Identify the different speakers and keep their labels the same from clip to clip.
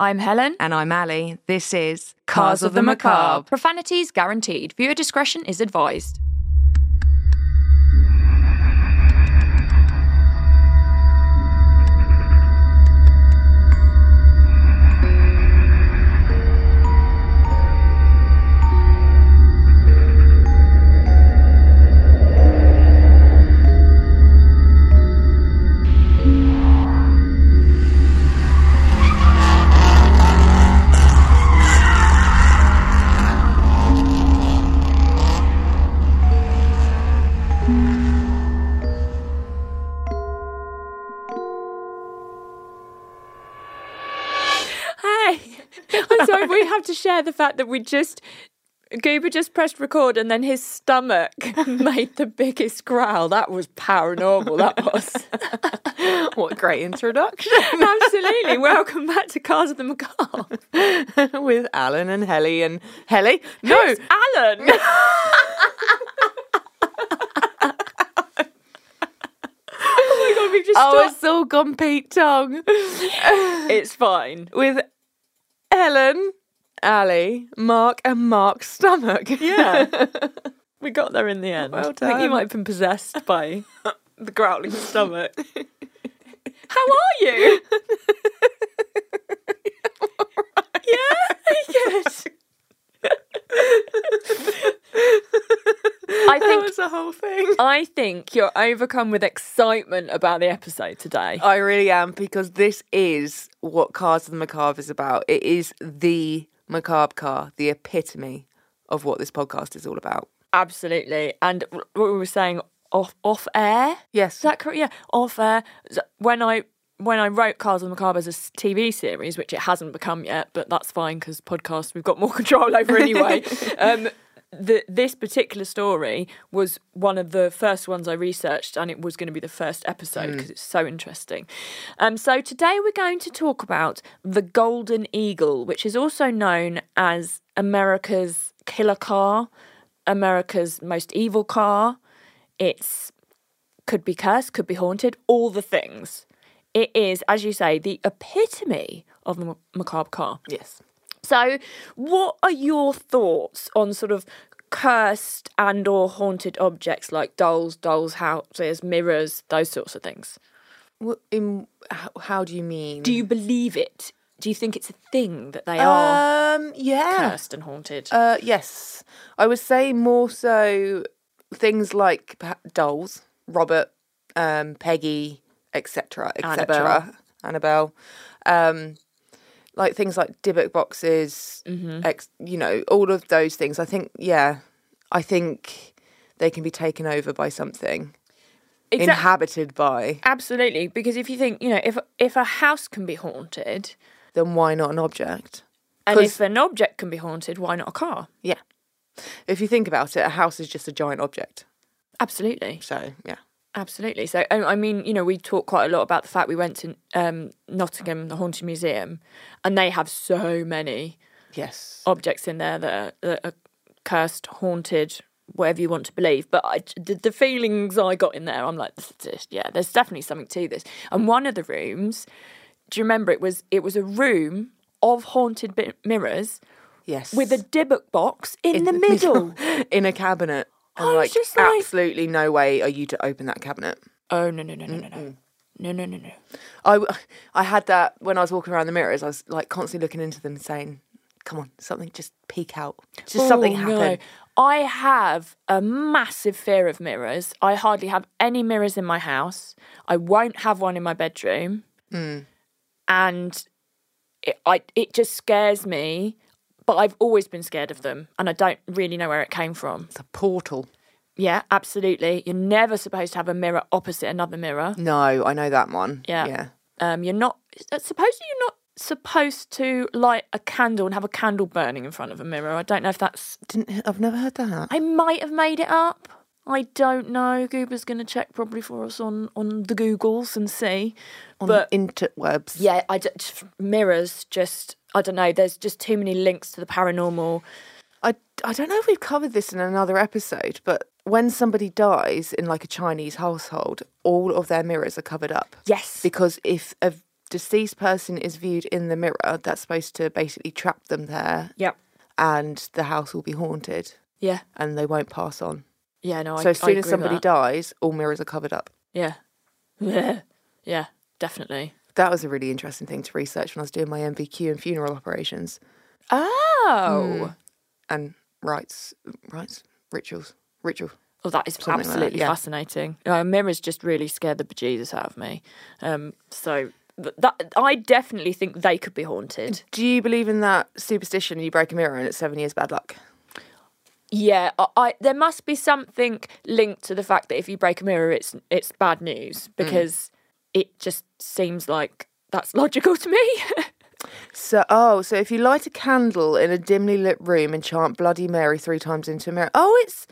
Speaker 1: I'm Helen.
Speaker 2: And I'm Ali. This is Cars, of, the Macabre.
Speaker 1: Profanities guaranteed. Viewer discretion is advised. Hey, I'm sorry. we have to share the fact that we just Goober just pressed record, and then his stomach made the biggest growl. That was paranormal. That was
Speaker 2: What a great introduction
Speaker 1: absolutely. Welcome back to Cars of the Macabre.
Speaker 2: with Alan and Helly and Helly. No,
Speaker 1: It's Alan. Oh my god, we've just
Speaker 2: oh,
Speaker 1: stopped.
Speaker 2: it's all gone Pete Tong
Speaker 1: It's fine.
Speaker 2: with Ellen, Ali, Mark, and Mark's stomach.
Speaker 1: Yeah. we got there in the end.
Speaker 2: Well
Speaker 1: I think you
Speaker 2: done.
Speaker 1: might have been possessed by the growling stomach. How are you? Yeah, very good. I
Speaker 2: that
Speaker 1: think
Speaker 2: was the whole thing.
Speaker 1: I think you're overcome with excitement about the episode today.
Speaker 2: I really am because this is what Cars of the Macabre is about. It is the macabre car, the epitome of what this podcast is all about.
Speaker 1: Absolutely. And what we were saying off off air.
Speaker 2: Yes.
Speaker 1: Is that correct? Yeah, off air. Z- When I when I wrote Cars of the Macabre as a s- TV series, which it hasn't become yet, but that's fine because podcasts we've got more control over anyway. um, the, this particular story was one of the first ones I researched, and it was going to be the first episode because it's so interesting. Um, so today we're going to talk about the Golden Eagle, which is also known as America's killer car, America's most evil car. It's could be cursed, could be haunted, all the things. It is, as you say, the epitome of the macabre car.
Speaker 2: yes.
Speaker 1: So, what are your thoughts on sort of cursed and or haunted objects like dolls, dolls' houses, mirrors, those sorts of things?
Speaker 2: Wh- In how, how do you mean?
Speaker 1: Do you believe it? Do you think it's a thing that they are
Speaker 2: Um. Yeah.
Speaker 1: cursed and haunted?
Speaker 2: Uh. Yes. I would say more so things like perha- dolls, Robert, um, Peggy, etc., etc. Annabelle. Um. Like things like Dybbuk boxes,
Speaker 1: Mm-hmm.
Speaker 2: ex, you know, all of those things. I think, yeah, I think they can be taken over by something,
Speaker 1: Exac-
Speaker 2: inhabited by.
Speaker 1: Absolutely, because if you think, you know, if if a house can be haunted,
Speaker 2: Then why not an object?
Speaker 1: and
Speaker 2: 'Cause-
Speaker 1: if an object can be haunted, why not a car?
Speaker 2: Yeah. If you think about it, a house is just a giant object.
Speaker 1: Absolutely.
Speaker 2: So yeah.
Speaker 1: Absolutely. So, I I mean, you know, we talk quite a lot about the fact we went to um, Nottingham, the Haunted Museum, and they have so many
Speaker 2: Yes.
Speaker 1: objects in there that are, that are cursed, haunted, whatever you want to believe. But I, the, the feelings I got in there, I'm like, this, this, yeah, there's definitely something to this. And one of the rooms, do you remember it was it was a room of haunted bi- mirrors
Speaker 2: Yes.
Speaker 1: with a Dybbuk box in, the, middle.
Speaker 2: in a cabinet. I'm
Speaker 1: I was
Speaker 2: like,
Speaker 1: just like-
Speaker 2: absolutely no way are you to open that cabinet.
Speaker 1: Oh no no no no no no no no no no.
Speaker 2: I, w- I had that when I was walking around the mirrors. I was like constantly looking into them, saying, "Come on, something just peek out. Just something
Speaker 1: Oh,
Speaker 2: happen."
Speaker 1: No. I have a massive fear of mirrors. I hardly have any mirrors in my house. I won't have one in my bedroom.
Speaker 2: Hmm.
Speaker 1: And it, I, it just scares me. But I've always been scared of them, and I don't really know where it came from.
Speaker 2: It's a portal.
Speaker 1: Yeah, absolutely. You're never supposed to have a mirror opposite another mirror.
Speaker 2: No, I know that one.
Speaker 1: Yeah.
Speaker 2: Yeah.
Speaker 1: Um, you're not supposedly you're not supposed to light a candle and have a candle burning in front of a mirror. I don't know if that's
Speaker 2: Didn't I've never heard that.
Speaker 1: I might have made it up. I don't know. Goober's going to check probably for us on, on the Googles and see.
Speaker 2: On
Speaker 1: but
Speaker 2: the interwebs.
Speaker 1: yeah, I just, mirrors just I don't know. There's just too many links to the paranormal.
Speaker 2: I, I don't know if we've covered this in another episode, but when somebody dies in like a Chinese household, all of their mirrors are covered up.
Speaker 1: Yes.
Speaker 2: Because if a deceased person is viewed in the mirror, that's supposed to basically trap them there,
Speaker 1: Yep.
Speaker 2: and the house will be haunted,
Speaker 1: Yeah.
Speaker 2: and they won't pass on.
Speaker 1: Yeah. No. I,
Speaker 2: so as soon as
Speaker 1: I agree with
Speaker 2: somebody
Speaker 1: that.
Speaker 2: dies, all mirrors are covered up.
Speaker 1: Yeah. Yeah. Yeah. Definitely.
Speaker 2: That was a really interesting thing to research when I was doing my MVQ and funeral operations
Speaker 1: Oh.
Speaker 2: and rites, rites, rituals, ritual.
Speaker 1: Oh, that is
Speaker 2: Something like that,
Speaker 1: absolutely
Speaker 2: yeah.
Speaker 1: fascinating. Uh, mirrors just really scared the bejesus out of me. Um, so th- that I definitely think they could be haunted.
Speaker 2: Do you believe in that superstition? You break a mirror and it's seven years bad luck.
Speaker 1: Yeah, I, I, there must be something linked to the fact that if you break a mirror, it's it's bad news
Speaker 2: Hmm.
Speaker 1: because it just seems like that's logical to me.
Speaker 2: So, oh, so if you light a candle in a dimly lit room and chant Bloody Mary three times into a mirror, oh, it's,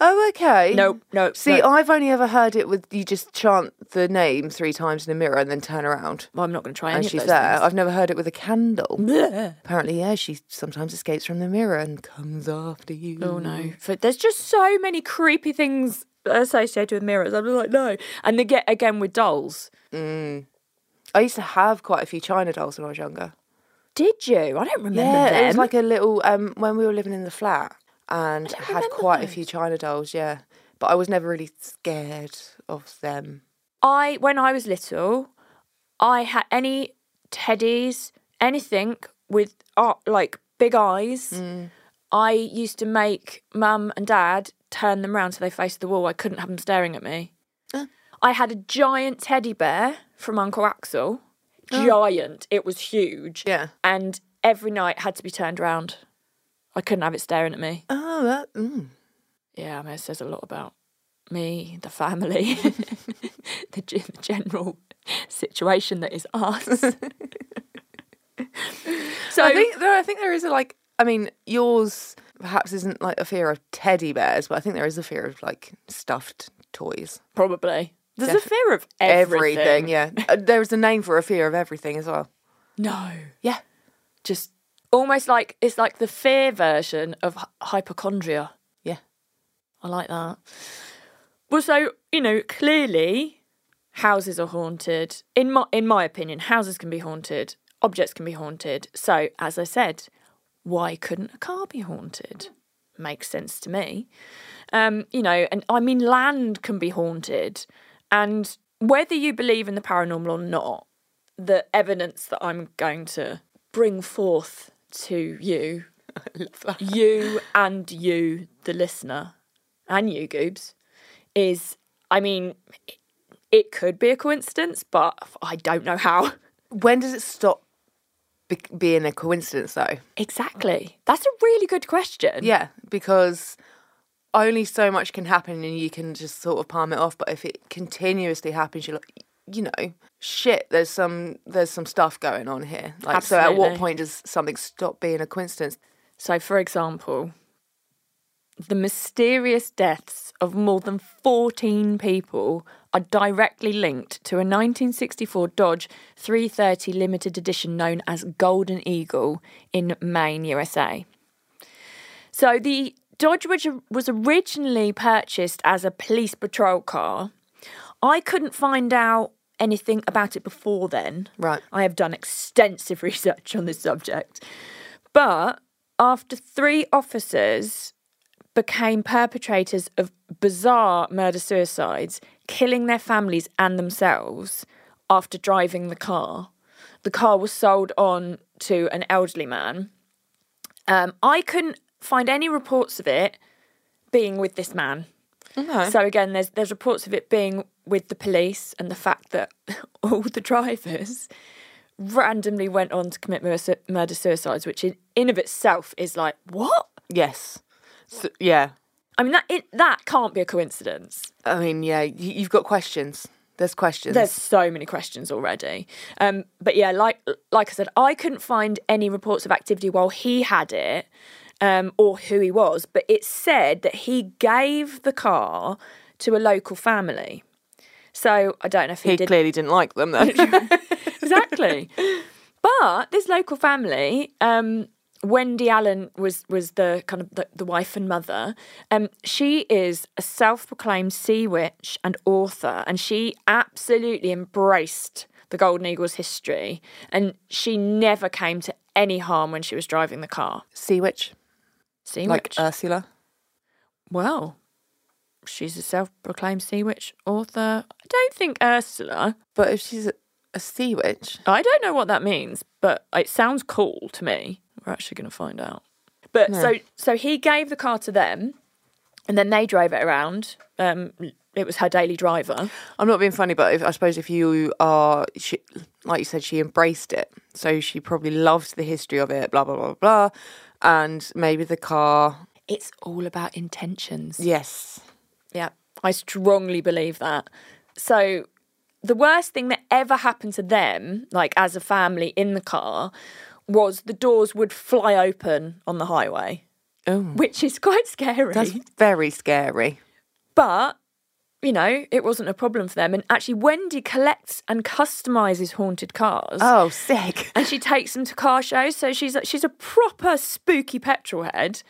Speaker 2: oh, okay.
Speaker 1: Nope, nope,
Speaker 2: See,
Speaker 1: nope.
Speaker 2: I've only ever heard it with you just chant the name three times in a mirror and then turn around
Speaker 1: well, I'm not going to try
Speaker 2: and
Speaker 1: any
Speaker 2: she's
Speaker 1: of
Speaker 2: there.
Speaker 1: those
Speaker 2: I've never heard it with a candle.
Speaker 1: things.
Speaker 2: Apparently, yeah, she sometimes escapes from the mirror and comes after you.
Speaker 1: Oh no! For, there's just so many creepy things associated with mirrors. I'm just like no, and they get again with dolls.
Speaker 2: I used to have quite a few China dolls when I was younger.
Speaker 1: Did you? I don't remember
Speaker 2: Yeah,
Speaker 1: them.
Speaker 2: it was like a little um, when we were living in the flat and had
Speaker 1: remember
Speaker 2: quite a
Speaker 1: those.
Speaker 2: few China dolls. Yeah, but I was never really scared of them.
Speaker 1: I when I was little, I had any teddies, anything with uh, like big eyes. I used to make mum and dad turn them round so they faced the wall. I couldn't have them staring at me. I had a giant teddy bear from Uncle Axel. Giant. It was huge.
Speaker 2: Yeah.
Speaker 1: And every night had to be turned round. I couldn't have it staring at me.
Speaker 2: Oh, that, mm.
Speaker 1: Yeah, I mean, it says a lot about me, the family, the, ge- the general situation that is us. so,
Speaker 2: I think there. I think there is a like. I mean, yours perhaps isn't like a fear of teddy bears, but I think there is a fear of like stuffed toys.
Speaker 1: probably. There's a
Speaker 2: Defi-
Speaker 1: fear of everything.
Speaker 2: yeah. Uh, there is a name for a fear of everything as well.
Speaker 1: No.
Speaker 2: Yeah.
Speaker 1: Just almost like it's like the fear version of hy- hypochondria.
Speaker 2: Yeah.
Speaker 1: I like that. Well, so you know, clearly, houses are haunted. In my in my opinion, houses can be haunted. Objects can be haunted. So, as I said, why couldn't a car be haunted? Makes sense to me. Um, you know, and I mean, land can be haunted, and whether you believe in the paranormal or not, the evidence that I'm going to bring forth to you you and you, the listener, and you, Goobs, is I mean, it- it could be a coincidence, but I don't know how.
Speaker 2: When does it stop be- being a coincidence, though?
Speaker 1: Exactly. That's a really good question.
Speaker 2: Yeah, because only so much can happen and you can just sort of palm it off. But if it continuously happens, you're like, you know, shit, there's some there's some stuff going on here. Like so at what
Speaker 1: Absolutely.
Speaker 2: point does something stop being a coincidence?
Speaker 1: So, for example, the mysterious deaths of more than 14 people are directly linked to a 1964 Dodge 330 limited edition known as Golden Eagle in Maine, USA. So, the Dodge, which was originally purchased as a police patrol car, I couldn't find out anything about it before then.
Speaker 2: Right.
Speaker 1: I have done extensive research on this subject. But after three officers became perpetrators of bizarre murder suicides, killing their families and themselves after driving the car, the car was sold on to an elderly man. Um, I couldn't find any reports of it being with this man. So again, there's there's reports of it being with the police and the fact that all the drivers randomly went on to commit mur- murder suicides, which in, in of itself is like what?
Speaker 2: Yes. So, yeah.
Speaker 1: I mean that it, that can't be a coincidence.
Speaker 2: I mean, yeah, y- you've got questions. There's questions.
Speaker 1: There's so many questions already. Um, but yeah, like like I said, I couldn't find any reports of activity while he had it, um, or who he was. But it said that he gave the car to a local family. So I don't know if he,
Speaker 2: he
Speaker 1: did
Speaker 2: clearly didn't like them though.
Speaker 1: exactly. But this local family, um, Wendy Allen was was the kind of the, the wife and mother. Um, she is a self-proclaimed sea witch and author, and she absolutely embraced the the Golden Eagle's history, and she never came to any harm when she was driving the car.
Speaker 2: Sea witch,
Speaker 1: See,
Speaker 2: like
Speaker 1: which,
Speaker 2: Ursula.
Speaker 1: well, she's a self-proclaimed sea witch author. I don't think Ursula.
Speaker 2: But if she's a, a sea witch,
Speaker 1: I don't know what that means, but it sounds cool to me. We're actually going to find out. But so so he gave the car to them, and then they drove it around. Um, it was her daily driver.
Speaker 2: I'm not being funny, but if, I suppose if you are, she, like you said, she embraced it. So she probably loved the history of it, blah, blah, blah, blah. And maybe the car.
Speaker 1: It's all about intentions.
Speaker 2: Yes.
Speaker 1: Yeah, I strongly believe that. So, the worst thing that ever happened to them, like as a family in the car, was the doors would fly open on the highway,
Speaker 2: Oh,
Speaker 1: which is quite scary.
Speaker 2: that's very scary.
Speaker 1: But, you know, it wasn't a problem for them. And actually, Wendy collects and customizes haunted cars.
Speaker 2: Oh, sick.
Speaker 1: And she takes them to car shows, so she's a, she's a proper spooky petrol head,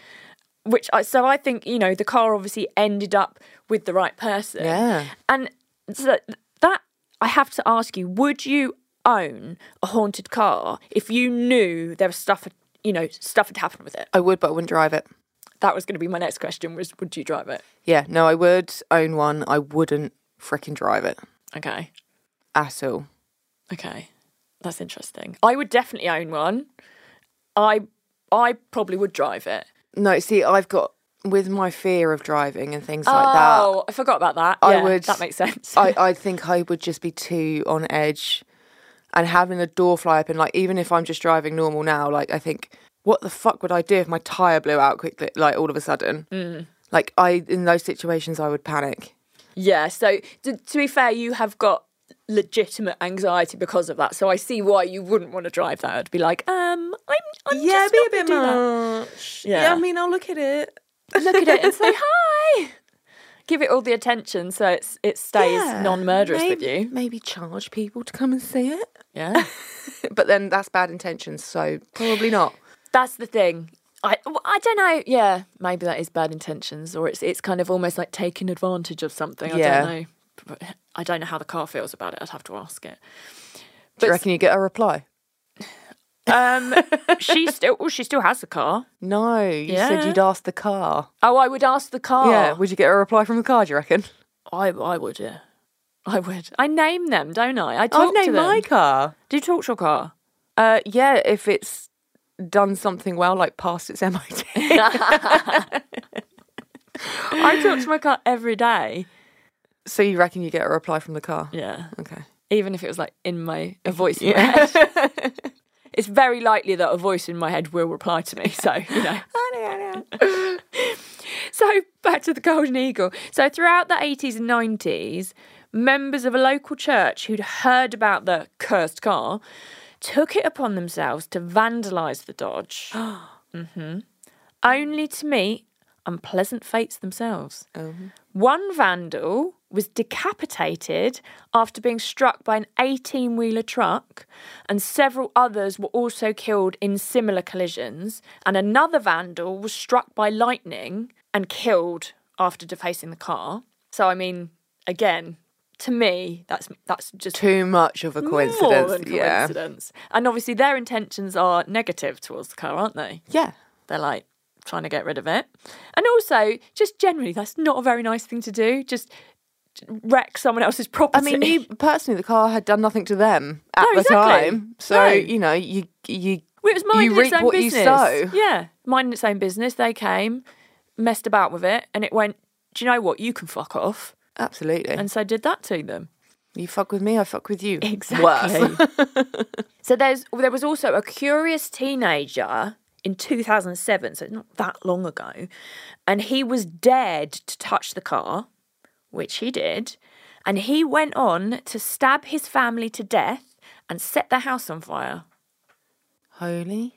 Speaker 1: which I so I think you know the car obviously ended up with the right person.
Speaker 2: Yeah.
Speaker 1: And so that I have to ask you, would you own a haunted car if you knew there was stuff you know stuff had happened with it?
Speaker 2: I would, but I wouldn't drive it.
Speaker 1: That was going to be my next question: was would you drive it?
Speaker 2: Yeah, no, I would own one. I wouldn't fricking drive it
Speaker 1: Okay.
Speaker 2: at all.
Speaker 1: Okay, that's interesting. I would definitely own one. I I probably would drive it.
Speaker 2: No, see, I've got, with my fear of driving and things like that,
Speaker 1: Oh, I forgot about that.
Speaker 2: I
Speaker 1: Yeah,
Speaker 2: would-
Speaker 1: That makes sense.
Speaker 2: I, I think I would just be too on edge and having the door fly open, like even if I'm just driving normal now, like I think, what the fuck would I do if my tire blew out quickly, like all of a sudden? Mm. Like I, in those situations, I would panic.
Speaker 1: yeah. So to, to be fair, you have got legitimate anxiety because of that. So I see why you wouldn't want to drive that. I'd be like, um, I'm, I'm just not gonna do that.
Speaker 2: much.
Speaker 1: Yeah. I
Speaker 2: mean, I'll look at it.
Speaker 1: Look at it and say hi. Give it all the attention so it's it stays non-murderous
Speaker 2: maybe,
Speaker 1: with you.
Speaker 2: Maybe charge people to come and see it.
Speaker 1: Yeah.
Speaker 2: But then that's bad intentions, so probably not.
Speaker 1: That's the thing. I, well, I don't know. Yeah, maybe that is bad intentions, or it's it's kind of almost like taking advantage of something. I
Speaker 2: Yeah.
Speaker 1: don't know. But I don't know how the car feels about it. I'd have to ask it.
Speaker 2: Do you reckon you get a reply?
Speaker 1: Um, she still well, she still has the car.
Speaker 2: No, you said
Speaker 1: Yeah.
Speaker 2: you'd ask the car.
Speaker 1: Oh, I would ask the car.
Speaker 2: Yeah, would you get a reply from the car? Do you reckon?
Speaker 1: I I would. Yeah, I would. I name them, don't I? I talk to them.
Speaker 2: car.
Speaker 1: Do you talk to your car?
Speaker 2: Uh, yeah, if it's done something well, like past its MIT.
Speaker 1: I talk to my car every day.
Speaker 2: so you reckon you get a reply from the car?
Speaker 1: Yeah,
Speaker 2: Okay.
Speaker 1: even if it was like in my a voice in my head. It's very likely that a voice in my head will reply to me. So you know. So back to the Golden Eagle. So throughout the 80s and 90s, members of a local church who'd heard about the cursed car took it upon themselves to vandalise the Dodge. hmm Only to meet unpleasant fates themselves.
Speaker 2: Uh-huh.
Speaker 1: One vandal was decapitated after being struck by an 18 wheeler truck, and several others were also killed in similar collisions. And another vandal was struck by lightning and killed after defacing the car. So, I mean, again, to me, that's that's just
Speaker 2: Too much of a coincidence.
Speaker 1: more than
Speaker 2: Yeah.
Speaker 1: coincidence. And obviously, their intentions are negative towards the car, aren't they?
Speaker 2: Yeah.
Speaker 1: They're like trying to get rid of it. And also, just generally, that's not a very nice thing to do. Just wreck someone else's
Speaker 2: I
Speaker 1: property.
Speaker 2: mean, you personally, the car had done nothing to them at
Speaker 1: No,
Speaker 2: the
Speaker 1: exactly.
Speaker 2: time, so
Speaker 1: No.
Speaker 2: you know, you you
Speaker 1: Well, it was minding
Speaker 2: you reap
Speaker 1: its own
Speaker 2: what
Speaker 1: business.
Speaker 2: you sow.
Speaker 1: Yeah, minding its own business. They came, messed about with it, and it went. Do you know what? You can fuck off.
Speaker 2: Absolutely.
Speaker 1: And so did that to them.
Speaker 2: you fuck with me, I fuck with you. Worse.
Speaker 1: Exactly. so there's there was also a curious teenager in 2007, so not that long ago, and he was dared to touch the car, which he did, and he went on to stab his family to death and set their house on fire.
Speaker 2: Holy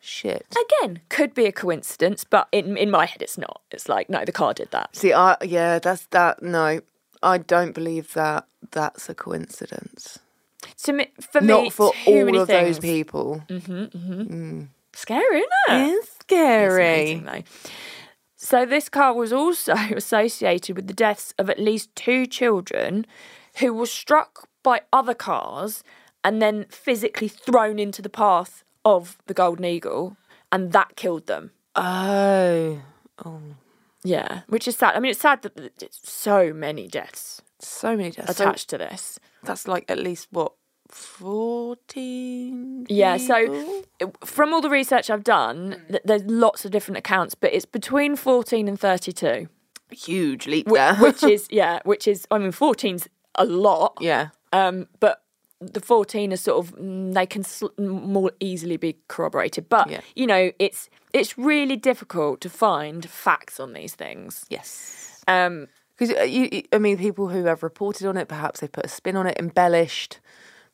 Speaker 2: shit.
Speaker 1: Again, could be a coincidence, but in in my head it's not. It's like no, the car did that.
Speaker 2: See, I yeah, that's that. No, I don't believe that. That's a coincidence.
Speaker 1: To me, for me,
Speaker 2: Not for
Speaker 1: too
Speaker 2: all
Speaker 1: many
Speaker 2: of those
Speaker 1: things.
Speaker 2: people.
Speaker 1: Scary, isn't it?
Speaker 2: It's scary.
Speaker 1: It's amazing, though. So this car was also associated with the deaths of at least two children who were struck by other cars and then physically thrown into the path of the golden eagle, and that killed them.
Speaker 2: Oh, oh,
Speaker 1: Yeah, which is sad. I mean, it's sad that it's so many deaths
Speaker 2: so many deaths. So
Speaker 1: attached to this.
Speaker 2: that's like at least what fourteen.
Speaker 1: Yeah, so Hmm. it- from all the research I've done, th- there's lots of different accounts, but it's between 14 and 32,
Speaker 2: huge leap there.
Speaker 1: which is yeah, which is I mean 14's a lot,
Speaker 2: yeah,
Speaker 1: um, but the 14 are sort of mm, they can sl- m- more easily be corroborated, but
Speaker 2: Yeah.
Speaker 1: you know it's it's really difficult to find facts on these things.
Speaker 2: yes.
Speaker 1: Um,
Speaker 2: Because uh, you, you- I mean, people who have reported on it, perhaps they put a spin on it, embellished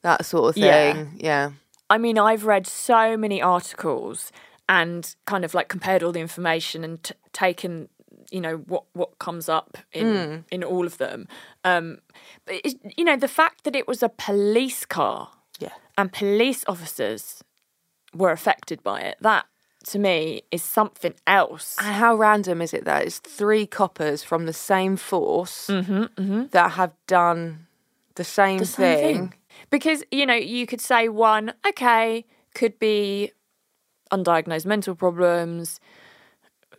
Speaker 2: that sort of
Speaker 1: Yeah.
Speaker 2: thing. Yeah,
Speaker 1: I mean, I've read so many articles and kind of like compared all the information and t- taken, you know, what what comes up in in all of them. Um, but it, you know, the fact that it was a police car
Speaker 2: yeah,
Speaker 1: and police officers were affected by it, that to me is something else.
Speaker 2: And how random is it that it's three coppers from the same force that have done the same,
Speaker 1: Mm-hmm, the same thing. Because, you know, you could say one, okay, could be undiagnosed mental problems.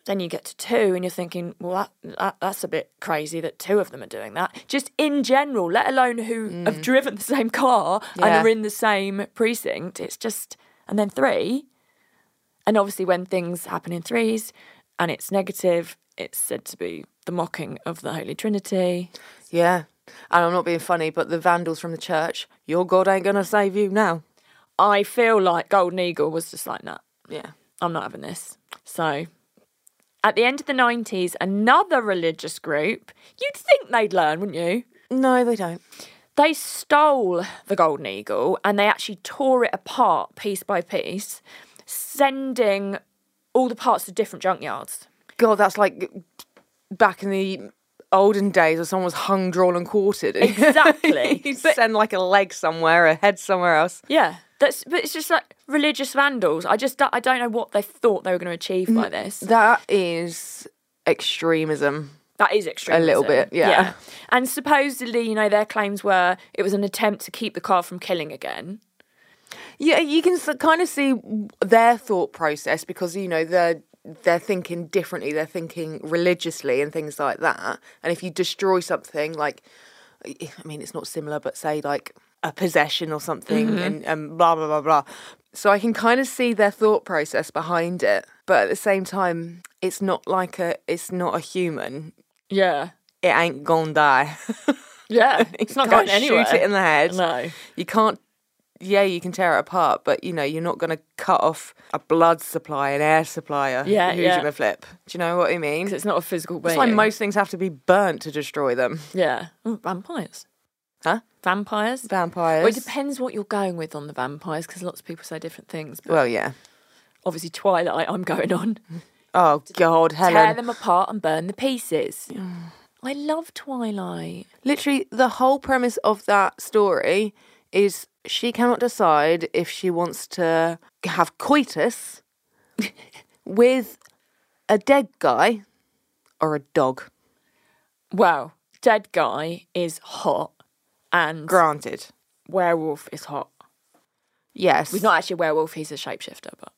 Speaker 1: Then you get to two, and you're thinking, well, that, that that's a bit crazy that two of them are doing that. Just in general, let alone who have driven the same car
Speaker 2: Yeah.
Speaker 1: and are in the same precinct. It's just, and then three, and obviously when things happen in threes, and it's negative, it's said to be the mocking of the Holy Trinity.
Speaker 2: Yeah. And I'm not being funny, but the vandals from the church, your God ain't going to save you now.
Speaker 1: I feel like Golden Eagle was just like, nah,
Speaker 2: Yeah.
Speaker 1: I'm not having this. So, at the end of the 90s, another religious group, you'd think they'd learn, wouldn't you?
Speaker 2: No, they don't.
Speaker 1: They stole the Golden Eagle and they actually tore it apart piece by piece, sending all the parts to different junkyards.
Speaker 2: God, that's like back in the olden days where someone was hung, drawn, and quartered.
Speaker 1: Exactly.
Speaker 2: You'd
Speaker 1: but
Speaker 2: send like a leg somewhere, a head somewhere else.
Speaker 1: yeah, that's but it's just like religious vandals. I just don't- I don't know what they thought they were going to achieve
Speaker 2: Mm,
Speaker 1: by this.
Speaker 2: That is extremism.
Speaker 1: That is extreme.
Speaker 2: little bit, yeah.
Speaker 1: And supposedly, you know, their claims were it was an attempt to keep the car from killing again.
Speaker 2: Yeah, you can s- kind of see their thought process because you know they're they're thinking differently, they're thinking religiously and things like that. And if you destroy something, like eh, I mean, it's not similar, but say like a possession or something,
Speaker 1: Mm-hmm.
Speaker 2: and, and blah blah blah blah. So I can kind of see their thought process behind it, but at the same time, it's not like a it's not a human.
Speaker 1: Yeah.
Speaker 2: It ain't gonna die.
Speaker 1: Yeah. It's not
Speaker 2: Can't
Speaker 1: going anywhere.
Speaker 2: Shoot it in the head.
Speaker 1: no.
Speaker 2: You can't. Yeah, you can tear it apart, but you know you're not going to cut off a blood supply, an air supplier.
Speaker 1: Yeah,
Speaker 2: who's
Speaker 1: yeah.
Speaker 2: going to flip? Do you know what I mean?
Speaker 1: 'Cause
Speaker 2: It's
Speaker 1: it's not a physical being.
Speaker 2: like most things have to be burnt to destroy them.
Speaker 1: Yeah. Ooh, vampires.
Speaker 2: Huh?
Speaker 1: Vampires.
Speaker 2: Vampires.
Speaker 1: Well, it depends what you're going with on the vampires because lots of people say different things. But
Speaker 2: Well, yeah.
Speaker 1: obviously, Twilight, I'm going on.
Speaker 2: Oh God,
Speaker 1: Tear
Speaker 2: Helen!
Speaker 1: them apart and burn the pieces. I love Twilight.
Speaker 2: Literally, the whole premise of that story is she cannot decide if she wants to have coitus with a dead guy or a dog.
Speaker 1: Well, Dead Guy is hot and
Speaker 2: Granted.
Speaker 1: Werewolf is hot.
Speaker 2: Yes.
Speaker 1: He's not actually a werewolf, he's a shapeshifter, but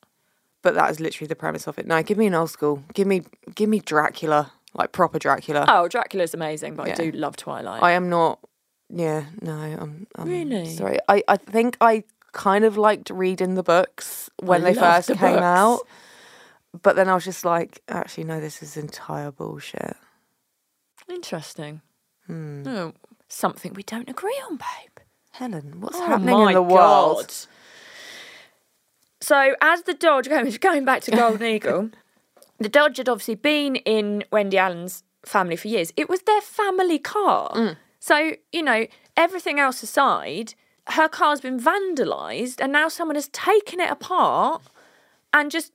Speaker 2: but that is literally the premise of it. No, give me an old school. Give me give me Dracula, like proper Dracula.
Speaker 1: Oh, Dracula's amazing, but
Speaker 2: Yeah.
Speaker 1: I do love Twilight.
Speaker 2: I am not. Yeah, no, I'm, I'm
Speaker 1: Really?
Speaker 2: sorry. I I think I kind of liked reading the books when
Speaker 1: I
Speaker 2: they
Speaker 1: love
Speaker 2: first
Speaker 1: the
Speaker 2: came
Speaker 1: books.
Speaker 2: out, but then I was just like, actually, no, this is entire bullshit.
Speaker 1: Interesting.
Speaker 2: Hmm.
Speaker 1: Oh, something we don't agree on, babe.
Speaker 2: Helen, what's
Speaker 1: Oh
Speaker 2: happening
Speaker 1: my
Speaker 2: in the
Speaker 1: God.
Speaker 2: world?
Speaker 1: So, as the Dodge going going back to Golden Eagle, the Dodge had obviously been in Wendy Allen's family for years. It was their family car.
Speaker 2: Hmm.
Speaker 1: So, you know, everything else aside, her car's been vandalized and now someone has taken it apart and just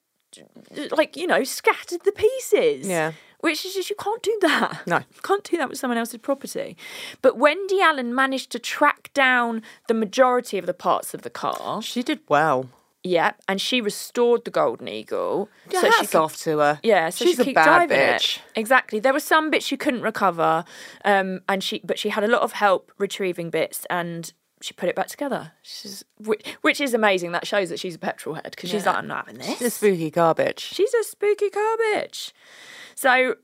Speaker 1: like, you know, scattered the pieces.
Speaker 2: Yeah.
Speaker 1: Which is just you can't do that.
Speaker 2: No.
Speaker 1: You can't do that with someone else's property. But Wendy Allen managed to track down the majority of the parts of the car.
Speaker 2: She did well.
Speaker 1: Yeah, and she restored the golden eagle.
Speaker 2: So
Speaker 1: she
Speaker 2: hats
Speaker 1: could-
Speaker 2: off to her.
Speaker 1: Yeah, so
Speaker 2: she's
Speaker 1: she
Speaker 2: a
Speaker 1: keep
Speaker 2: bad
Speaker 1: driving it.
Speaker 2: bitch.
Speaker 1: Exactly. There were some bits she couldn't recover, um, and she but she had a lot of help retrieving bits and she put it back together. She's which, which is amazing. That shows that she's a petrol head because she's
Speaker 2: Yeah.
Speaker 1: like, I'm not having this.
Speaker 2: It's a spooky garbage.
Speaker 1: She's a spooky car bitch. So,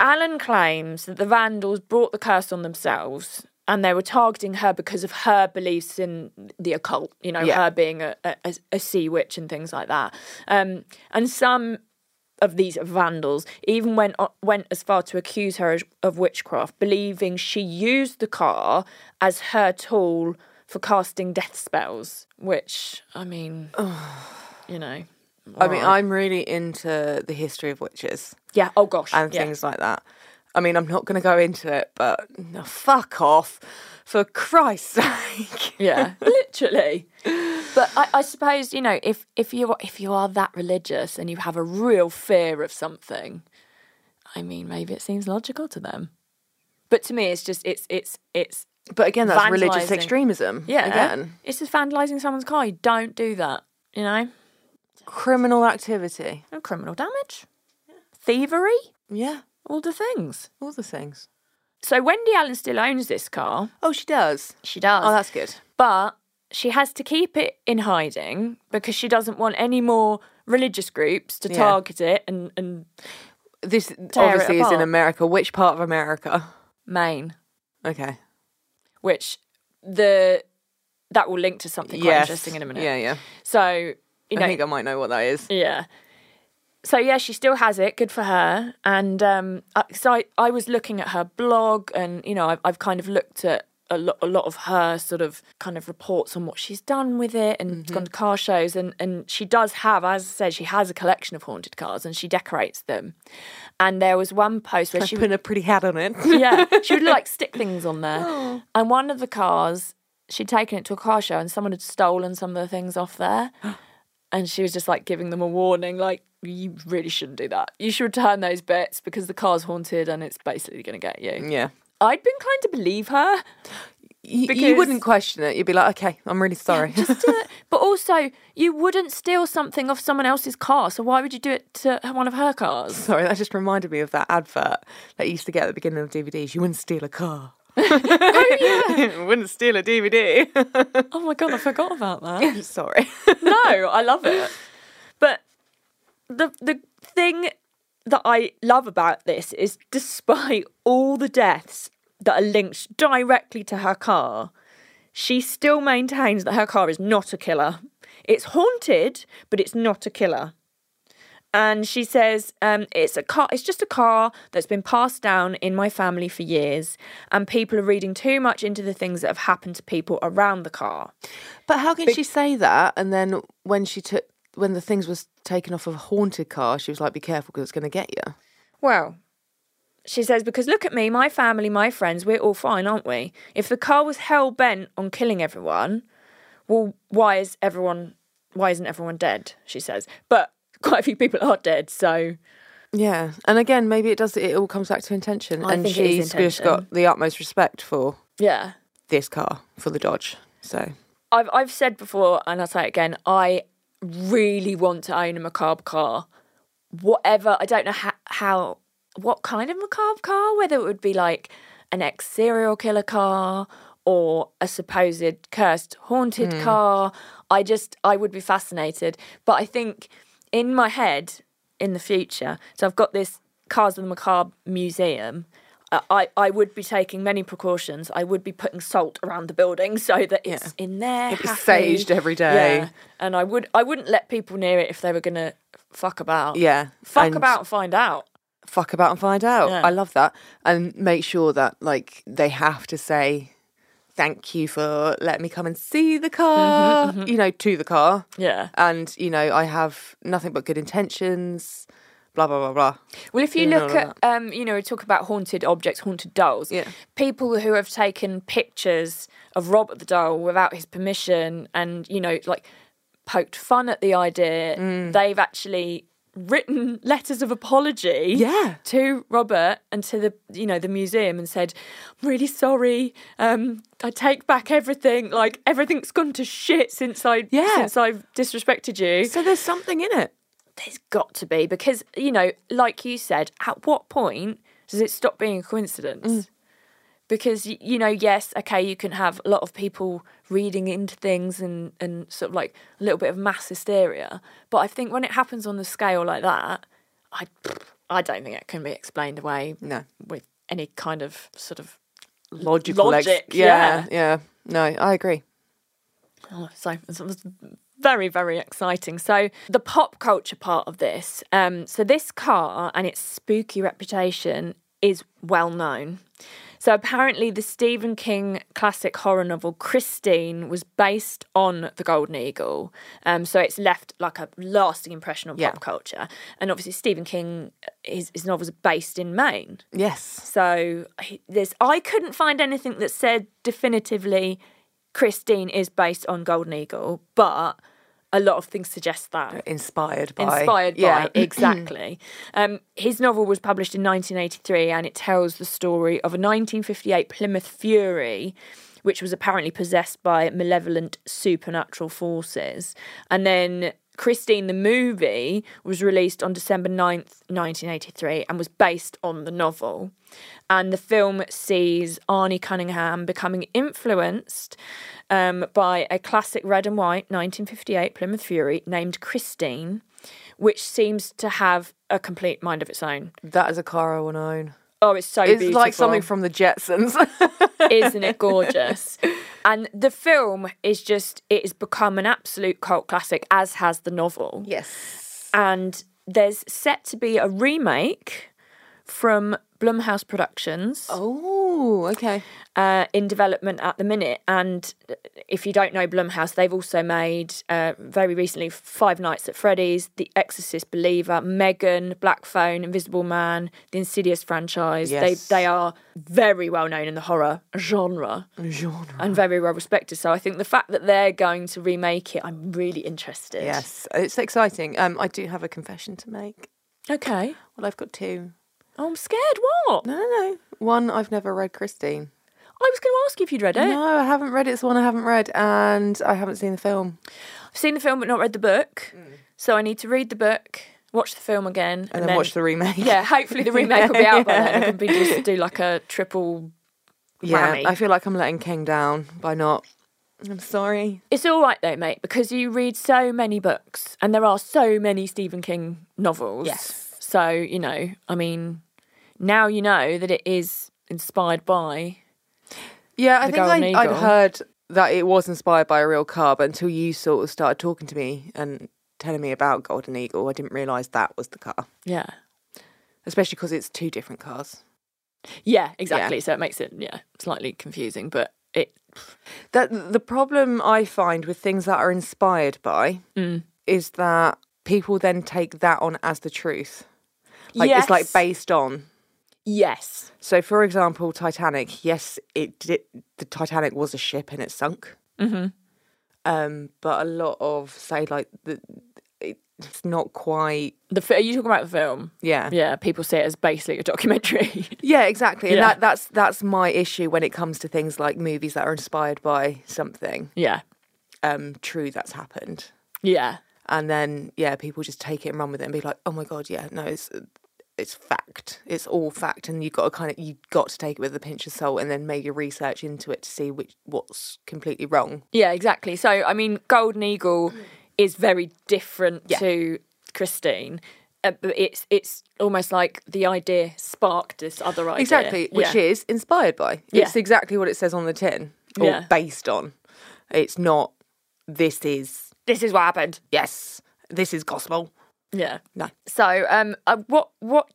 Speaker 1: Alan claims that the Vandals brought the curse on themselves and they were targeting her because of her beliefs in the occult, you know,
Speaker 2: Yeah.
Speaker 1: her being a, a, a sea witch and things like that. Um, and some of these vandals even went went as far to accuse her of witchcraft, believing she used the car as her tool for casting death spells. Which, I mean, you know,
Speaker 2: I mean, I'm really into the history of witches
Speaker 1: yeah. Oh gosh.
Speaker 2: and
Speaker 1: yeah.
Speaker 2: things like that. I mean, I'm not going to go into it, but no, fuck off, for Christ's sake.
Speaker 1: Yeah, literally. But I, I suppose you know if if you are- if you are that religious and you have a real fear of something, I mean, maybe it seems logical to them. But to me, it's just it's it's it's
Speaker 2: But again, that's religious
Speaker 1: Vandalising.
Speaker 2: extremism.
Speaker 1: yeah.
Speaker 2: Again,
Speaker 1: It's just vandalizing someone's car. You don't do that. You know,
Speaker 2: criminal activity.
Speaker 1: no criminal damage, thievery,
Speaker 2: Yeah,
Speaker 1: all the things.
Speaker 2: all the things.
Speaker 1: So Wendy Allen still owns this car.
Speaker 2: Oh, she does.
Speaker 1: She does.
Speaker 2: Oh, that's good.
Speaker 1: but she has to keep it in hiding because she doesn't want any more religious groups to
Speaker 2: Yeah.
Speaker 1: target it and, and
Speaker 2: This
Speaker 1: it
Speaker 2: obviously is in
Speaker 1: apart.
Speaker 2: America. Which part of America?
Speaker 1: Maine,
Speaker 2: Okay.
Speaker 1: which the that will link to something quite
Speaker 2: Yes.
Speaker 1: interesting in a minute.
Speaker 2: Yeah, yeah.
Speaker 1: So you know,
Speaker 2: I think I might know what that is.
Speaker 1: yeah. So yeah, she still has it. Good for her. And um, I- so I, I was looking at her blog, and you know, I've, I've kind of looked at a lot, a lot of her sort of kind of reports on what she's done with it, and gone to car shows, and and she does have, as I said, she has a collection of haunted cars, and she decorates them. And there was one post where she
Speaker 2: She put a pretty hat on it.
Speaker 1: yeah, she would like stick things on there. And one of the cars, she'd taken it to a car show and someone had stolen some of the things off there. And she was just like giving them a warning, like, you really shouldn't do that. You should return those bits because the car's haunted and it's basically going to get you.
Speaker 2: yeah.
Speaker 1: I'd been kind to believe her,
Speaker 2: Y- you
Speaker 1: Because-
Speaker 2: wouldn't question it. You'd be like, okay, I'm really sorry.
Speaker 1: just to, but also you wouldn't steal something off someone else's car. So why would you do it to one of her cars?
Speaker 2: sorry, that just reminded me of that advert that you used to get at the beginning of DVDs. You wouldn't steal a car. Oh, wouldn't steal a DVD.
Speaker 1: Oh my God, I forgot about that.
Speaker 2: sorry.
Speaker 1: no, I love it. But the the thing that I love about this is despite all the deaths that are linked directly to her car, she still maintains that her car is not a killer. It's haunted, but it's not a killer. And she says, um, it's a car it's just a car that's been passed down in my family for years, and people are reading too much into the things that have happened to people around the car.
Speaker 2: But how can she say that? And then when she took, when the things was taken off of a haunted car, she was like, be careful because it's going to get you.
Speaker 1: Well, she says, because look at me, my family, my friends, we're all fine, aren't we? If the car was hell bent on killing everyone, well, why is everyone, why isn't everyone dead? She says, but quite a few people are dead, so
Speaker 2: Yeah, and again, maybe it does. It all comes back to intention,
Speaker 1: I
Speaker 2: and
Speaker 1: think it is
Speaker 2: she's just got
Speaker 1: intention.
Speaker 2: the utmost respect for
Speaker 1: yeah.
Speaker 2: this car, for the Dodge. So
Speaker 1: I've I've said before, and I'll say it again. I really want to own a macabre car. Whatever, I don't know how, how what kind of macabre car. Whether it would be like an ex serial killer car or a supposed cursed haunted car. I just I would be fascinated. But I think in my head in the future. So I've got this Cars of the Macabre museum. Uh, I, I would be taking many precautions. I would be putting salt around the building so that it's in there.
Speaker 2: It'd be
Speaker 1: happy.
Speaker 2: saged every day.
Speaker 1: Yeah. And I would I wouldn't let people near it if they were gonna fuck about.
Speaker 2: yeah,
Speaker 1: Fuck
Speaker 2: and
Speaker 1: about and find out.
Speaker 2: fuck about, and find out.
Speaker 1: Yeah.
Speaker 2: I love that, and make sure that like they have to say thank you for letting me come and see
Speaker 1: Mm-hmm,
Speaker 2: the car. You know, to the car,
Speaker 1: Yeah.
Speaker 2: and you know, I have nothing but good intentions. Blah blah blah blah.
Speaker 1: Well, if you
Speaker 2: Yeah,
Speaker 1: look
Speaker 2: all
Speaker 1: at, um, you know, talk about haunted objects, haunted dolls.
Speaker 2: Yeah.
Speaker 1: People who have taken pictures of Robert the doll without his permission, and you know, like poked fun at the idea.
Speaker 2: Mm.
Speaker 1: They've actually written letters of apology.
Speaker 2: Yeah.
Speaker 1: To Robert and to the, you know, the museum, and said, "I'm really sorry. Um, I take back everything. Like everything's gone to shit since I,
Speaker 2: Yeah.
Speaker 1: since I've disrespected you."
Speaker 2: So there's something in it.
Speaker 1: There's got to be because you know, like you said, at what point does it stop being a coincidence? because y- you know yes okay you can have a lot of people reading into things and and sort of like a little bit of mass hysteria but i think when it happens on the scale like that i i don't think it can be explained away
Speaker 2: No.
Speaker 1: with any kind of sort of
Speaker 2: Logical.
Speaker 1: Logic,
Speaker 2: yeah, yeah. No, I agree.
Speaker 1: Oh, so it was very, very exciting. So the pop culture part of this, um, so this car and its spooky reputation is well known. So apparently, the Stephen King classic horror novel Christine was based on the Golden Eagle. Um, so it's left like a lasting impression on
Speaker 2: Yeah.
Speaker 1: pop culture. And obviously, Stephen King, his, his novels are based in Maine.
Speaker 2: Yes.
Speaker 1: So he- there's, I couldn't find anything that said definitively Christine is based on Golden Eagle, but a lot of things suggest that.
Speaker 2: Inspired by.
Speaker 1: Inspired
Speaker 2: yeah.
Speaker 1: by, exactly. um, his novel was published in 1983 and it tells the story of a 1958 Plymouth Fury, which was apparently possessed by malevolent supernatural forces. And then Christine, the movie, was released on December 9th, 1983, and was based on the novel. And the film sees Arnie Cunningham becoming influenced um, by a classic red and white 1958 Plymouth Fury named Christine, which seems to have a complete mind of its own.
Speaker 2: That is a car I want to own.
Speaker 1: Oh, it's so
Speaker 2: It's
Speaker 1: beautiful.
Speaker 2: like something from the Jetsons.
Speaker 1: Isn't it gorgeous? and the film is just, it has become an absolute cult classic, as has the novel.
Speaker 2: yes.
Speaker 1: and there's set to be a remake from Blumhouse Productions
Speaker 2: Oh, okay.
Speaker 1: uh, in development at the minute. And if you don't know Blumhouse, they've also made uh, very recently Five Nights at Freddy's, The Exorcist Believer, Megan, Black Phone, Invisible Man, the Insidious franchise.
Speaker 2: Yes.
Speaker 1: They they are very well known in the horror genre
Speaker 2: Genre.
Speaker 1: and very well respected. So I think the fact that they're going to remake it, I'm really interested.
Speaker 2: Yes, it's exciting. Um, I do have a confession to make.
Speaker 1: Okay.
Speaker 2: Well, I've got two.
Speaker 1: Oh, I'm scared. What?
Speaker 2: No, no, no. One, I've never read Christine.
Speaker 1: I was going to ask you if you'd read it.
Speaker 2: No, I haven't read it. It's one I haven't read, and I haven't seen the film.
Speaker 1: I've seen the film but not read the book. So I need to read the book, watch the film again, and,
Speaker 2: Mm. And, then, watch the remake.
Speaker 1: Yeah, hopefully the remake will be out by then. and I can be just do like a triple.
Speaker 2: yeah.
Speaker 1: Whammy.
Speaker 2: I feel like I'm letting King down by not. I'm sorry.
Speaker 1: It's all right though, mate, because you read so many books and there are so many Stephen King novels.
Speaker 2: Yes.
Speaker 1: So you know, I mean, now you know that it is inspired by.
Speaker 2: Yeah, I
Speaker 1: The
Speaker 2: think
Speaker 1: Golden
Speaker 2: I, I'd
Speaker 1: Eagle.
Speaker 2: heard that it was inspired by a real car, but until you sort of started talking to me and telling me about Golden Eagle, I didn't realise that was the car.
Speaker 1: Yeah.
Speaker 2: Especially because it's two different cars.
Speaker 1: Yeah, exactly. So it makes it yeah slightly confusing, but it
Speaker 2: That the problem I find with things that are inspired by
Speaker 1: mm.
Speaker 2: is that people then take that on as the truth. Like it's like
Speaker 1: Yes.
Speaker 2: based on.
Speaker 1: yes.
Speaker 2: So, for example, Titanic. Yes, it did. The Titanic was a ship and it sunk. Mm-hmm. Um, but a lot of say like the, it, it's not quite.
Speaker 1: The fi- are you talking about the film?
Speaker 2: Yeah.
Speaker 1: Yeah, people see it as basically a documentary.
Speaker 2: Yeah, exactly. And
Speaker 1: Yeah.
Speaker 2: that, that's that's my issue when it comes to things like movies that are inspired by something
Speaker 1: yeah,
Speaker 2: um, true that's happened.
Speaker 1: yeah.
Speaker 2: and then yeah, people just take it and run with it and be like, oh my god, yeah, no, it's it's fact, it's all fact, and you got to kind of you got to take it with a pinch of salt and then make your research into it to see which what's completely wrong.
Speaker 1: Yeah, exactly. So, I mean, Golden Eagle is very different to Christine. Uh, but it's it's almost like the idea sparked this other idea.
Speaker 2: Exactly, which
Speaker 1: yeah.
Speaker 2: is inspired by.
Speaker 1: Yeah.
Speaker 2: It's exactly what it says on the tin or
Speaker 1: Yeah.
Speaker 2: based on. It's not. This is
Speaker 1: this is what happened.
Speaker 2: yes. This is gospel.
Speaker 1: Yeah.
Speaker 2: No.
Speaker 1: So, um, uh, what what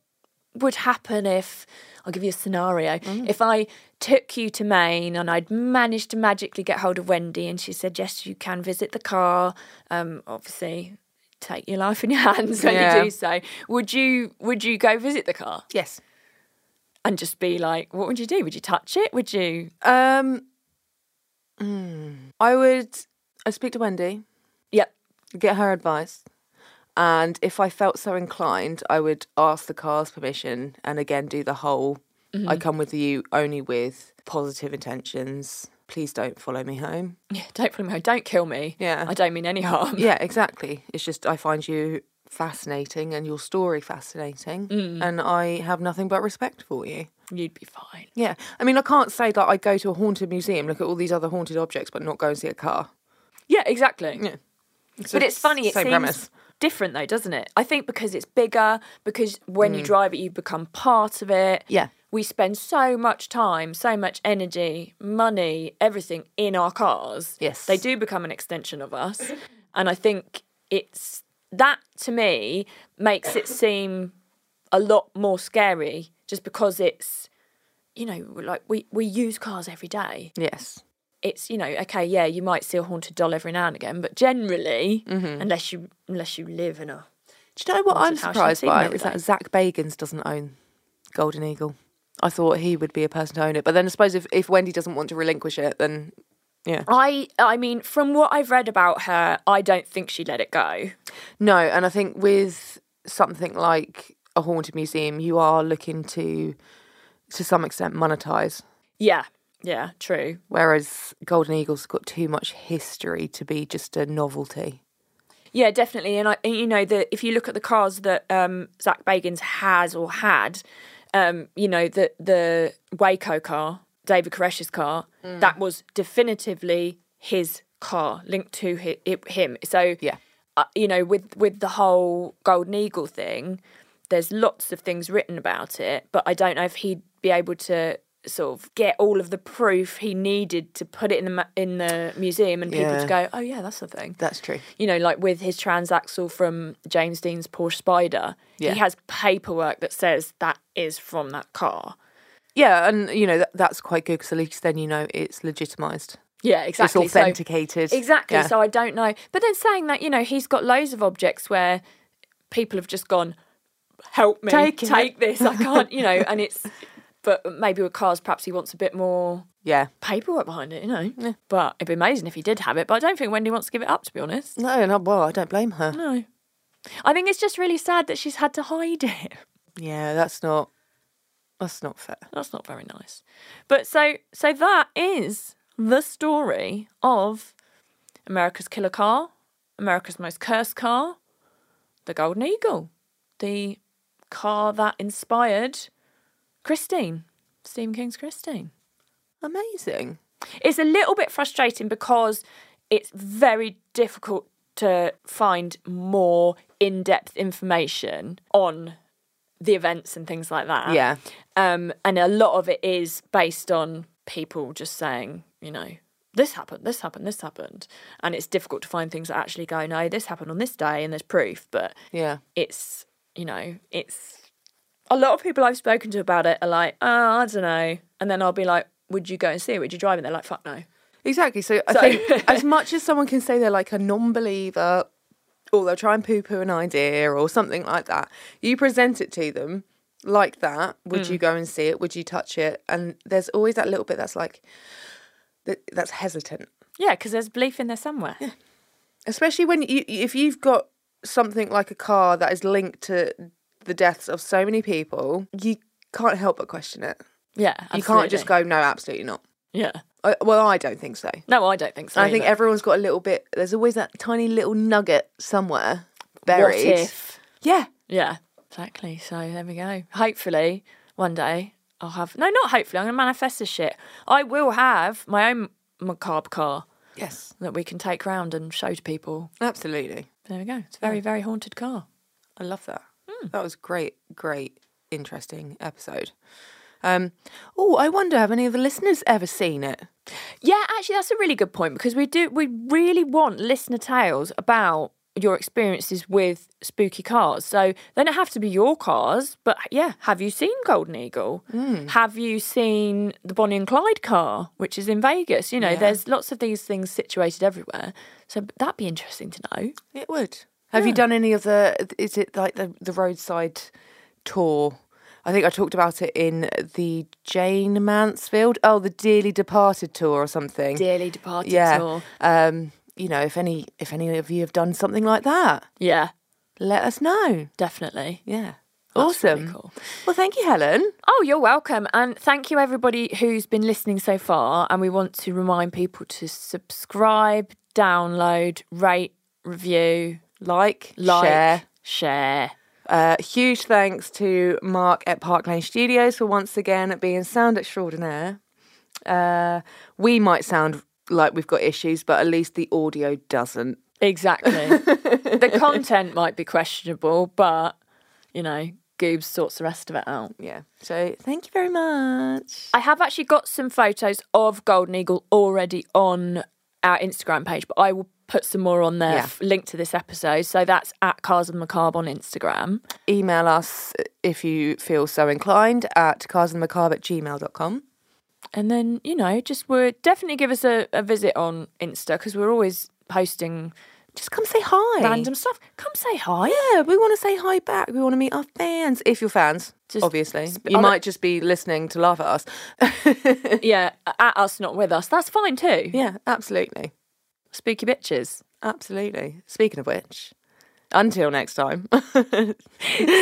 Speaker 1: would happen if I'll give you a scenario?
Speaker 2: Mm.
Speaker 1: If I took you to Maine and I'd managed to magically get hold of Wendy, and she said, "Yes, you can visit the car." Um, obviously, take your life in your hands when
Speaker 2: Yeah.
Speaker 1: you do so. Would you would you go visit the car
Speaker 2: Yes.
Speaker 1: and just be like, "What would you do? Would you touch it? Would you?"
Speaker 2: Um. mm, I would. I speak to Wendy.
Speaker 1: Yep.
Speaker 2: get her advice. And if I felt so inclined, I would ask the car's permission and again do the whole I
Speaker 1: Mm-hmm.
Speaker 2: come with you only with positive intentions. Please don't follow me home.
Speaker 1: Yeah, don't follow me. home. Don't kill me.
Speaker 2: Yeah.
Speaker 1: I don't mean any harm.
Speaker 2: Yeah, exactly. It's just I find you fascinating and your story fascinating,
Speaker 1: Mm.
Speaker 2: and I have nothing but respect for you.
Speaker 1: You'd be fine.
Speaker 2: Yeah, I mean, I can't say that I go to a haunted museum, look at all these other haunted objects, but not go and see a car.
Speaker 1: Yeah, exactly.
Speaker 2: Yeah.
Speaker 1: But it's funny. It
Speaker 2: same
Speaker 1: seems
Speaker 2: premise.
Speaker 1: different though, doesn't it? I think because it's bigger, because when you drive it, you become part of it.
Speaker 2: Mm. Yeah.
Speaker 1: We spend so much time, so much energy, money, everything in our cars.
Speaker 2: Yes.
Speaker 1: They do become an extension of us. And I think it's that to me makes it seem a lot more scary just because it's, you know, like we, we use cars every day
Speaker 2: Yes.
Speaker 1: it's you know okay yeah you might see a haunted doll every now and again but generally unless you unless you live in a
Speaker 2: Mm-hmm. Do you know what
Speaker 1: Haunted
Speaker 2: I'm
Speaker 1: house, you
Speaker 2: surprised
Speaker 1: see them
Speaker 2: by
Speaker 1: every
Speaker 2: is that
Speaker 1: day.
Speaker 2: Zach Bagans doesn't own Golden Eagle. I thought he would be a person to own it, but then I suppose if, if Wendy doesn't want to relinquish it, then yeah,
Speaker 1: i i mean from what i've read about her i don't think she let it go
Speaker 2: no. And I think with something like a haunted museum, you are looking to to some extent monetize,
Speaker 1: yeah yeah true
Speaker 2: whereas Golden Eagle's got too much history to be just a novelty.
Speaker 1: yeah definitely and i and you know that if you look at the cars that um zach bagans has or had um you know the the waco car david koresh's car
Speaker 2: Mm.
Speaker 1: that was definitively his car linked to hi it, him so
Speaker 2: Yeah.
Speaker 1: uh, you know with with the whole golden eagle thing there's lots of things written about it but i don't know if he'd be able to sort of get all of the proof he needed to put it in the mu- in the museum and people
Speaker 2: Yeah.
Speaker 1: to go oh yeah that's the thing
Speaker 2: That's true.
Speaker 1: you know like with his transaxle from james dean's porsche spider
Speaker 2: Yeah.
Speaker 1: he has paperwork that says that is from that car
Speaker 2: Yeah, and you know that, that's quite good because at least then you know it's legitimized,
Speaker 1: yeah exactly
Speaker 2: it's
Speaker 1: So-
Speaker 2: authenticated.
Speaker 1: Exactly.
Speaker 2: Yeah.
Speaker 1: So I don't know. But then saying that, you know, he's got loads of objects where people have just gone, help me,
Speaker 2: Take it."
Speaker 1: this. I can't, you know, and it's, but maybe with cars, perhaps he wants a bit more
Speaker 2: yeah.
Speaker 1: paperwork behind it, you know. But it'd be amazing if he did have it. But I don't think Wendy wants to give it up, to be honest.
Speaker 2: No, no, well, I don't blame her.
Speaker 1: No. I think it's just really sad that she's had to hide it.
Speaker 2: Yeah, that's not that's not fair.
Speaker 1: That's not very nice. But so so that is the story of America's killer car, America's most cursed car, the Golden Eagle, the car that inspired Christine, Stephen King's Christine.
Speaker 2: Amazing.
Speaker 1: It's a little bit frustrating because it's very difficult to find more in-depth information on the events and things like that.
Speaker 2: Yeah.
Speaker 1: Um, and a lot of it is based on people just saying, you know, this happened, this happened, this happened. And it's difficult to find things that actually go, no, this happened on this day and there's proof. But
Speaker 2: Yeah.
Speaker 1: it's, you know, it's a lot of people I've spoken to about it are like, oh, I don't know. And then I'll be like, would you go and see it? Would you drive? And they're like, fuck no.
Speaker 2: Exactly. So I
Speaker 1: So-
Speaker 2: think as much as someone can say they're like a non believer or they'll try and poo poo an idea or something like that, you present it to them like that. Would you go and see it? Would you touch it? And there's always that little bit that's like that, that's hesitant.
Speaker 1: Yeah, because there's belief in there somewhere.
Speaker 2: especially when you if you've got something like a car that is linked to the deaths of so many people you can't help but question it
Speaker 1: Yeah.
Speaker 2: you can't just go no absolutely not
Speaker 1: Yeah.
Speaker 2: I, well i don't think so
Speaker 1: No, I don't think so.
Speaker 2: i think
Speaker 1: either.
Speaker 2: everyone's got a little bit there's always that tiny little nugget somewhere buried
Speaker 1: What if?
Speaker 2: yeah
Speaker 1: Yeah, exactly. So there we go. Hopefully, one day I'll have no, not hopefully. I'm gonna manifest this shit. I will have my own macabre car
Speaker 2: yes
Speaker 1: that we can take round and show to people.
Speaker 2: absolutely
Speaker 1: There we go. It's a very, very haunted car.
Speaker 2: i love that that was great great interesting episode um oh i wonder have any of the listeners ever seen it
Speaker 1: Yeah, actually, that's a really good point because we do we really want listener tales about your experiences with spooky cars. So they don't have to be your cars, but yeah, have you seen Golden Eagle? Have you seen the Bonnie and Clyde car, which is in Vegas? You know, there's lots of these things situated everywhere. So that'd be interesting to know.
Speaker 2: It would. Have you done any of the? Is it like the the roadside tour? I think I talked about it in the Jane Mansfield. Oh, the Dearly Departed tour or something.
Speaker 1: Dearly departed
Speaker 2: yeah.
Speaker 1: tour.
Speaker 2: Um, you know, if any if any of you have done something like that,
Speaker 1: Yeah,
Speaker 2: let us know.
Speaker 1: definitely.
Speaker 2: Yeah.
Speaker 1: That's
Speaker 2: awesome.
Speaker 1: really cool.
Speaker 2: Well, thank you, Helen.
Speaker 1: Oh, you're welcome. And thank you, everybody who's been listening so far. And we want to remind people to subscribe, download, rate, review,
Speaker 2: Like,
Speaker 1: like,
Speaker 2: share,
Speaker 1: share.
Speaker 2: Uh, huge thanks to Mark at Park Lane Studios for once again being sound extraordinaire. Uh, we might sound like we've got issues, but at least the audio doesn't.
Speaker 1: Exactly. the content might be questionable, but you know, Goobs sorts the rest of it out.
Speaker 2: Yeah. So thank you very much.
Speaker 1: I have actually got some photos of Golden Eagle already on our Instagram page, but I will put some more on there,
Speaker 2: Yeah.
Speaker 1: f- linked to this episode. So that's at Cars of Macabre on Instagram.
Speaker 2: Email us if you feel so inclined at carsandmacabre at gmail.com.
Speaker 1: And then, you know, just we're definitely give us a, a visit on Insta because we're always posting
Speaker 2: Just come say hi.
Speaker 1: random stuff. Come say hi.
Speaker 2: Oh, Yeah, we want to say hi back. We want to meet our fans. If you're fans,
Speaker 1: Just
Speaker 2: obviously.
Speaker 1: sp-
Speaker 2: you
Speaker 1: on
Speaker 2: might just be listening to laugh at us.
Speaker 1: yeah, at us, not with us. That's fine too.
Speaker 2: Yeah, absolutely.
Speaker 1: Spooky bitches.
Speaker 2: Absolutely. Speaking of which, until next time,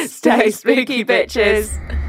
Speaker 2: stay spooky, bitches.